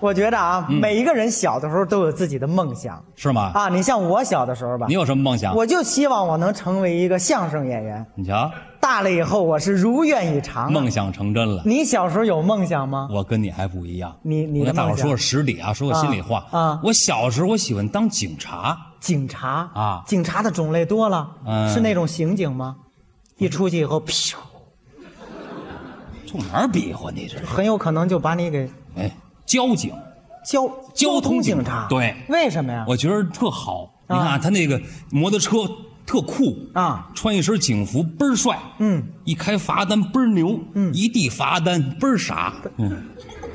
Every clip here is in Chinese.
我觉得啊，嗯每一个人小的时候都有自己的梦想是吗？啊。你像我小的时候吧你，有什么梦想？我就希望我能成为一个相声演员。你瞧，大了以后，我是如愿以偿啊。梦想成真了。你小时候有梦想吗？我跟你还不一样，你你我的跟大伙梦说想说实底啊，说个心里话啊啊我小时候我喜欢当警察，警察啊警察的种类多了，嗯是那种刑警吗？一出去以后，噗，冲哪儿比划你这是？很有可能就把你给哎，交警，交交通通警警察察。对为什么呀？我觉得特好。你啊看啊他那个摩托车特酷啊，穿一身警服倍儿帅，嗯，一开罚单倍儿牛，嗯，一地罚单倍儿傻，嗯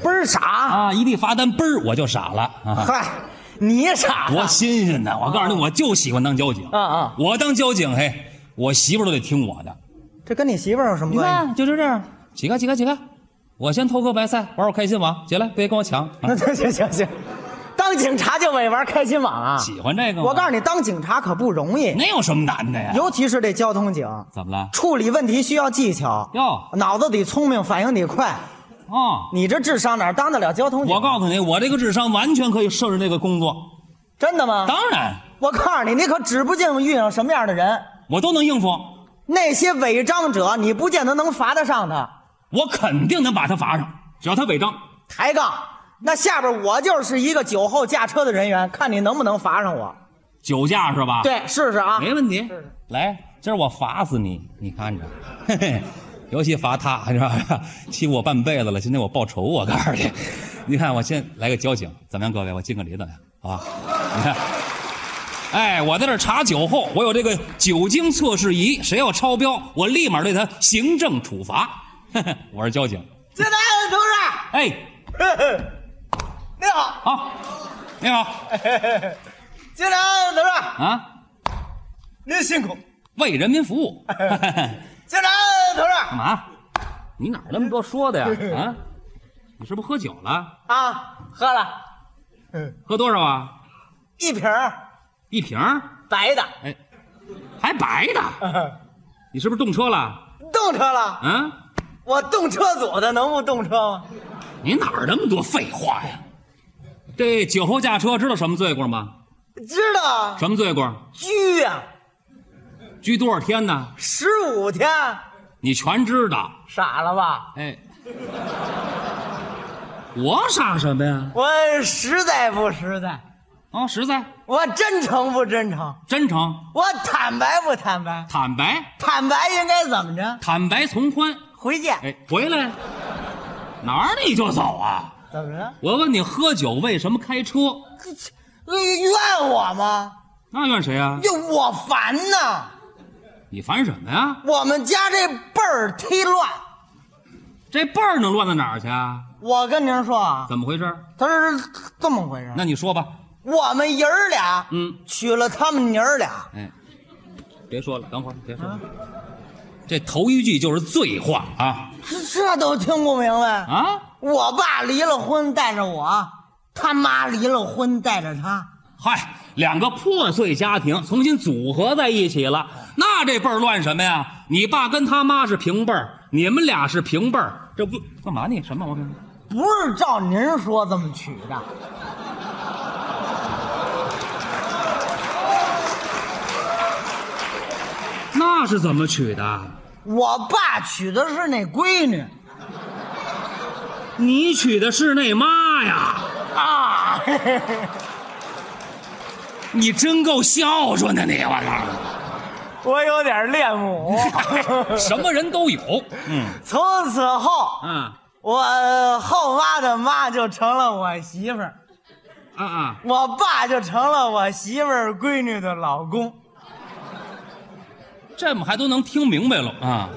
倍儿傻，啊，一地罚单倍儿我就傻了啊。嗨，你傻多了。新鲜呐！我告诉你，我就喜欢当交警啊啊我当交警，嘿，我媳妇儿都得听我的。这跟你媳妇儿有什么你关系？看，就是这样，起开，起开，起开！我先偷个白菜，玩会儿开心网，起来，别跟我抢。啊 那行行行行，当警察就为玩开心网啊！喜欢这个吗？我告诉你，当警察可不容易，那有什么难的呀？尤其是这交通警，怎么了？处理问题需要技巧，哟脑子得聪明，反应得快。啊！你这智商哪儿当得了交通警？我告诉你，我这个智商完全可以胜任这个工作。真的吗？当然，我告诉你，你可指不定遇上什么样的人。我都能应付，那些违章者，你不见得能罚得上他。我肯定能把他罚上，只要他违章。抬杠，那下边我就是一个酒后驾车的人员，看你能不能罚上我。酒驾是吧？，对，试试啊。没问题。来，今儿我罚死你，你看着， 嘿嘿，尤其罚他， 是吧？欺负我半辈子了，今天我报仇，我告诉你，你看我先来个交警，怎么样，各位？我敬个礼怎么样？好吧？你看，哎，我在这儿查酒后，我有这个酒精测试仪，谁要超标，我立马对他行政处罚。 嘿嘿，我是交警，接待同志，哎， 你好，好，你好接待同志，啊，您辛苦。为人民服务， 接待同干志嘛？你哪儿那么多说的呀？啊，你是不是喝酒了？啊，喝了喝多少啊？一瓶儿一瓶儿？白的，哎，还白的？你是不是动车了？ 动车了。嗯，我动车组的能不动车吗？你哪儿那么多废话呀？这酒后驾车知道什么罪过吗？知道啊，什么罪过？拘呀，拘多少天呢？十五天，你全知道。傻了吧？哎，我傻什么呀？我实在不实在，啊，实在、我真诚不真诚，真诚、我坦白不坦白，坦白、坦白应该怎么着？坦白从宽。回见，哎，回来，哪儿你就走啊？怎么着？我问你，喝酒为什么开车？呃怨我吗？那怨谁啊？就我烦呐！你烦什么呀？我们家这辈儿忒乱。这辈儿能乱到哪儿去啊？我跟您说啊，怎么回事？他是这么回事。那你说吧。我们爷儿俩，嗯，娶了他们娘儿俩，哎，别说了，等会儿别说了。这头一句就是醉话啊这这都听不明白。啊！我爸离了婚带着我，他妈离了婚带着他，嗨，两个破碎家庭重新组合在一起了，那这辈儿乱什么呀？你爸跟他妈是平辈儿，你们俩是平辈儿，这不干嘛你什么毛病？不是照您说这么娶的。那是怎么娶的？我爸娶的是那闺女你娶的是那妈呀？啊， 你真够孝顺的你，我告诉你。我有点恋母。 什么人都有。嗯 从此后，啊我后妈的妈就成了我媳妇儿，啊啊！我爸就成了我媳妇儿闺女的老公。这么还都能听明白了啊？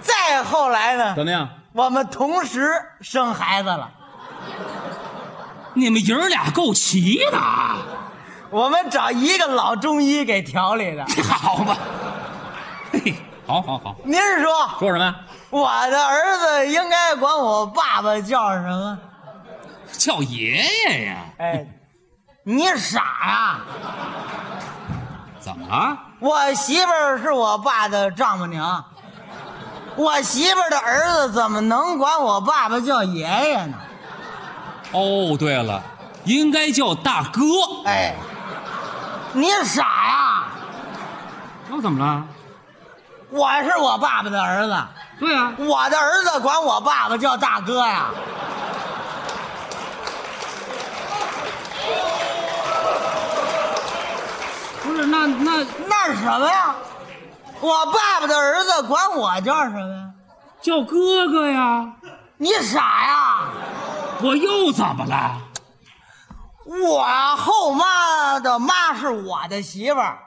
再后来呢，怎么样？我们同时生孩子了，你们爷儿俩够齐的啊！我们找一个老中医给调理的。好吧，嘿，好好好，您说说什么呀？我的儿子应该管我爸爸叫什么？叫爷爷呀？哎，你傻呀、怎么了？我媳妇儿是我爸的丈母娘，我媳妇儿的儿子怎么能管我爸爸叫爷爷呢？哦，对了，应该叫大哥。哎，你傻呀？又怎么了？我是我爸爸的儿子，对啊，我的儿子管我爸爸叫大哥呀。不是那那那是什么呀？我爸爸的儿子管我叫什么呀？叫哥哥呀，你傻呀？我又怎么了？我后妈的妈是我的媳妇儿，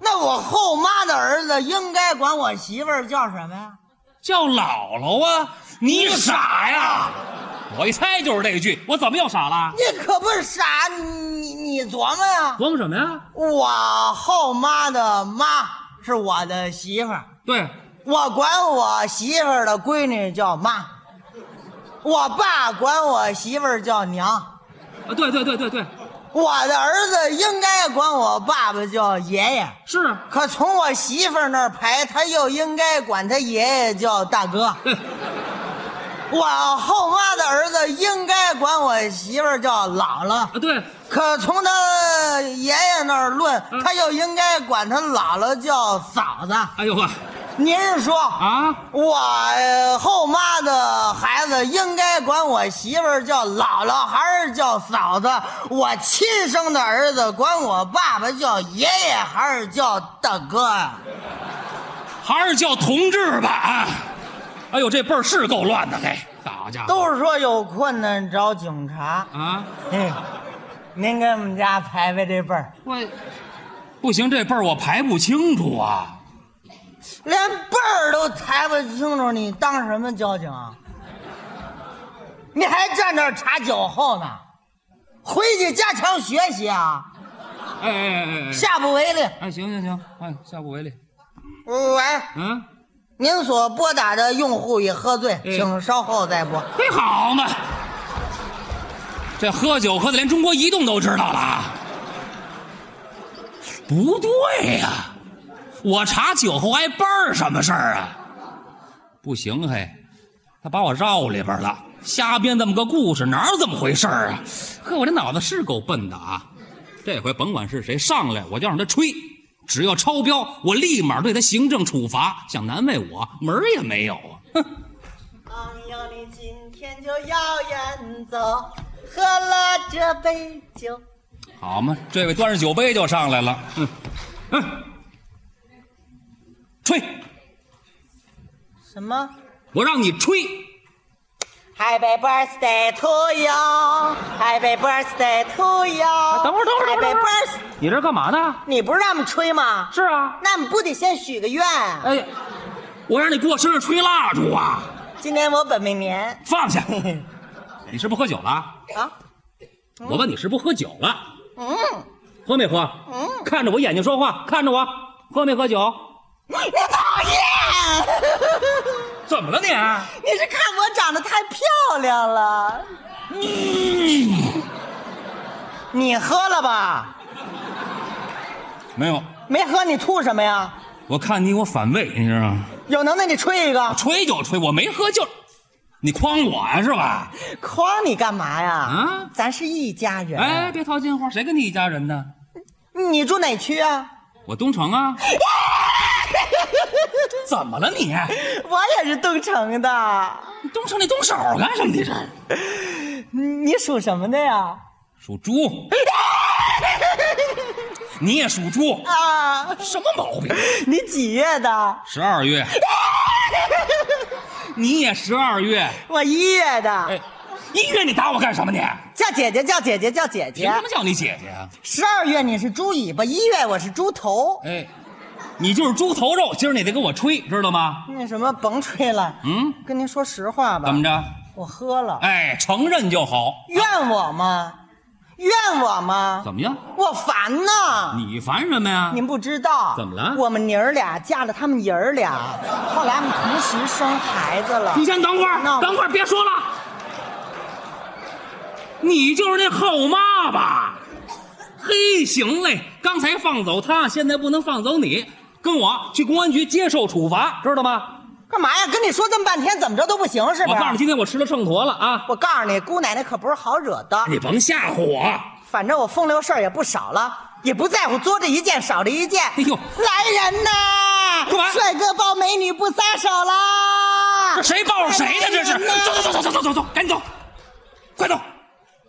那我后妈的儿子应该管我媳妇儿叫什么呀？叫姥姥啊！你傻呀！我一猜就是这一句，我怎么又傻了？你可不是傻，你你琢磨呀。琢磨什么呀？我后妈的妈是我的媳妇儿，对，啊我管我媳妇儿的闺女叫妈，我爸管我媳妇儿叫娘，啊，对对对对对，我的儿子应该管我爸爸叫爷爷。是啊，可从我媳妇儿那儿排，他又应该管他爷爷叫大哥。对，啊我后妈的儿子应该管我媳妇儿叫姥姥，啊对，可从他爷爷那儿论嗯，他又应该管他姥姥叫嫂子。哎呦呵，您是说，啊，我呃后妈的孩子应该管我媳妇儿叫姥姥还是叫嫂子？我亲生的儿子管我爸爸叫爷爷还是叫大哥呀？还是叫同志吧啊！哎呦，这辈儿是够乱的，嘿，好家伙，都是说有困难找警 察。啊，嗯，您给我们家排排这辈儿，我不行，这辈儿我排不清楚啊。连辈儿都抬不清楚，你当什么交警啊？你还站那儿查酒后呢？回去加强学习啊，哎哎哎哎哎，下不为例。哎，行行行，哎，下不为例。喂，嗯，您所拨打的用户已喝醉，嗯请稍后再拨。嘿，好嘛，这喝酒喝的连中国移动都知道了啊。不对呀、我查酒后挨班儿什么事儿啊？不行嘿，他把我绕里边了，瞎编这么个故事，哪有这么回事儿啊？呵，我这脑子是够笨的啊！这回甭管是谁上来，我就让他吹，只要超标，我立马对他行政处罚，想难为我门儿也没有啊！哼。哎朋友，你今天就要远走，喝了这杯酒。好嘛，这位端着酒杯就上来了，嗯，嗯，吹，什么我让你吹， Happy birthday to you, Happy birthday to you。啊等会儿等会儿等会儿 Happy 等会 birthday，你这干嘛呢？你不是让我们吹吗？是啊，那我们不得先许个愿？啊哎，我让你给我身上吹蜡烛啊！今年我本命年放下，你是不是喝酒了？啊，我问你是不是喝酒了？嗯，喝没喝？嗯，看着我眼睛说话，看着我，喝没喝酒？你讨厌！怎么了你？啊你是看我长得太漂亮了？嗯你喝了吧？没有，没喝你吐什么呀？我看你我反胃，你知道吗？有能耐你吹一个，吹就吹，我没喝就，你诓我呀、是吧？诓你干嘛呀？啊咱是一家人。哎，别套近乎，谁跟你一家人呢？你住哪区啊？我东城啊。怎么了你？我也是东城的。你东城你动手干什么？你这是你属什么的呀？属猪，你也属猪，啊，什么毛病？你几月的？十二月，你也十二月，我一月的。哎，一月你打我干什么你？叫姐姐，叫姐姐，叫姐凭姐什。么叫你姐姐啊？十二月你是猪尾巴，一月我是猪头。哎，你就是猪头肉，今儿你得给我吹，知道吗？那什么，甭吹了。嗯，跟您说实话吧。怎么？着？我喝了。哎，承认就好。怨我吗？怨我吗？怎么样？我烦呐！你烦什么呀？您不知道怎么了我们娘儿俩嫁了他们爷儿俩，后来我们同时生孩子了。你先等会儿，那我等会儿别说了。你就是那后妈吧？嘿，行嘞，刚才放走他，现在不能放走你，跟我去公安局接受处罚，知道吗？干嘛呀？跟你说这么半天，怎么着都不行是不我是？告诉你，今天我吃了秤砣了啊！我告诉你，姑奶奶可不是好惹的。你甭吓唬我！哎反正我风流事儿也不少了，也不在乎多这一件少这一件。哎呦，来人呐！干嘛帅哥抱美女不撒手啦！这谁抱着谁呢？这是！走走走走走走走走，赶紧走，快走，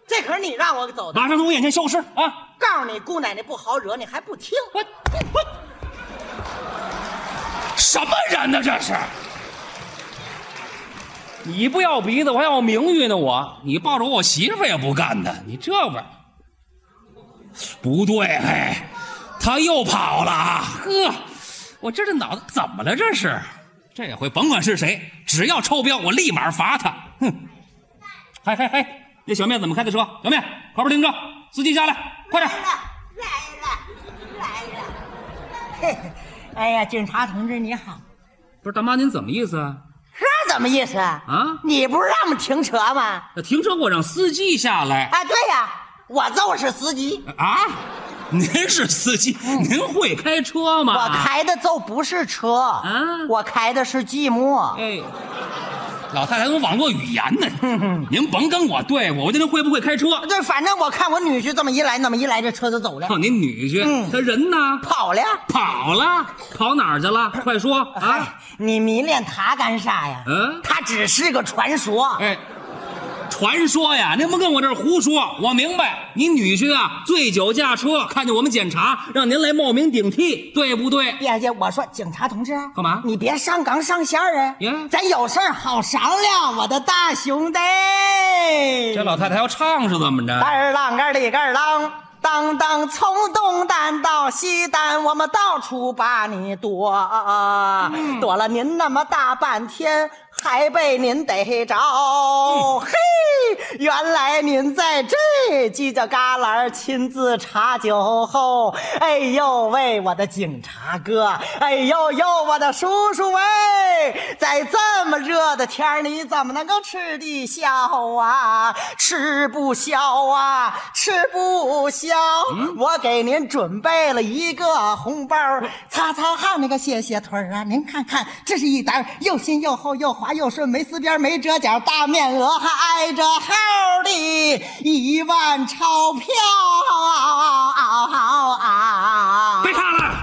这可是你让我走的。马上从我眼前消失啊！告诉你，姑奶奶不好惹，你还不听。我我什么人呢？这是！你不要鼻子，我还要名誉呢！我你抱着我，我媳妇儿也不干呢！你这玩意儿不对，嘿，他又跑了啊！呵，我这这脑子怎么了？这是，这回甭管是谁，只要超标，我立马罚他！哼！嘿嘿嘿，那小面怎么开的车？小面，靠边停车，司机下来，快点！哎呀，警察同志你好，不是大妈，您怎么意思啊？这怎么意思啊？啊你不是让我们停车吗？那停车给我让司机下来。啊，对呀、我就是司机，啊，您是司机，您会开车吗？嗯我。开的就不是车，啊我开的是寂寞。哎，老太太用网络语言嗯呢，您甭跟我对付，我就您会不会开车？这反正我看我女婿这么一来，那么一来，这车就走了，靠，您女婿嗯他人呢？跑了。跑了，跑哪儿去了？快说啊哎！，你迷恋他干啥呀？嗯他只是个传说。哎，传说呀，您不跟我这儿胡说，我明白。您女婿啊，醉酒驾车，看见我们检查，让您来冒名顶替，对不对？别介，我说警察同志，干嘛哎你别上纲上线儿啊呀！咱有事儿好商量，我的大兄弟。这老太太要唱是怎么着？二郎二里二郎，当当从东单到西单，我们到处把你躲，躲了您那么大半天，还被您逮着。嘿，原来您在这犄角旮旯亲自查酒后。哎呦喂，我的警察哥！哎呦呦，我的叔叔喂！在这么热的天儿，你怎么能够吃得消啊？吃不消啊，吃不消！嗯我给您准备了一个红包，擦擦汗那个蟹蟹腿儿啊，您看看，这是一沓又新又厚又滑又顺，没撕边儿没折角，大面额还挨着号儿的一万钞票啊！别唱了。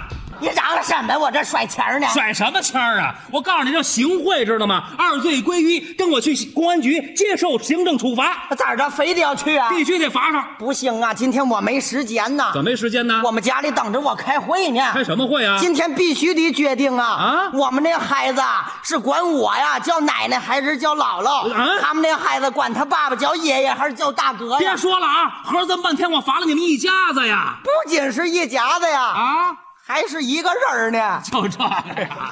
你嚷嚷什么？我这甩钱儿呢？甩什么签儿啊！我告诉你，这行贿知道吗？二罪归一，跟我去公安局接受行政处罚，咋着？非得要去啊？必须得罚上。不行啊，今天我没时间呐，怎么没时间呢？我们家里等着我开会呢。开什么会啊？今天必须得决定啊！啊我们那孩子是管我呀叫奶奶还是叫姥姥？啊他们那孩子管他爸爸叫爷爷还是叫大哥别呀？说了啊！合着这么半天，我罚了你们一家子呀！不仅是一家子呀，啊，还是一个人儿呢。就这个呀！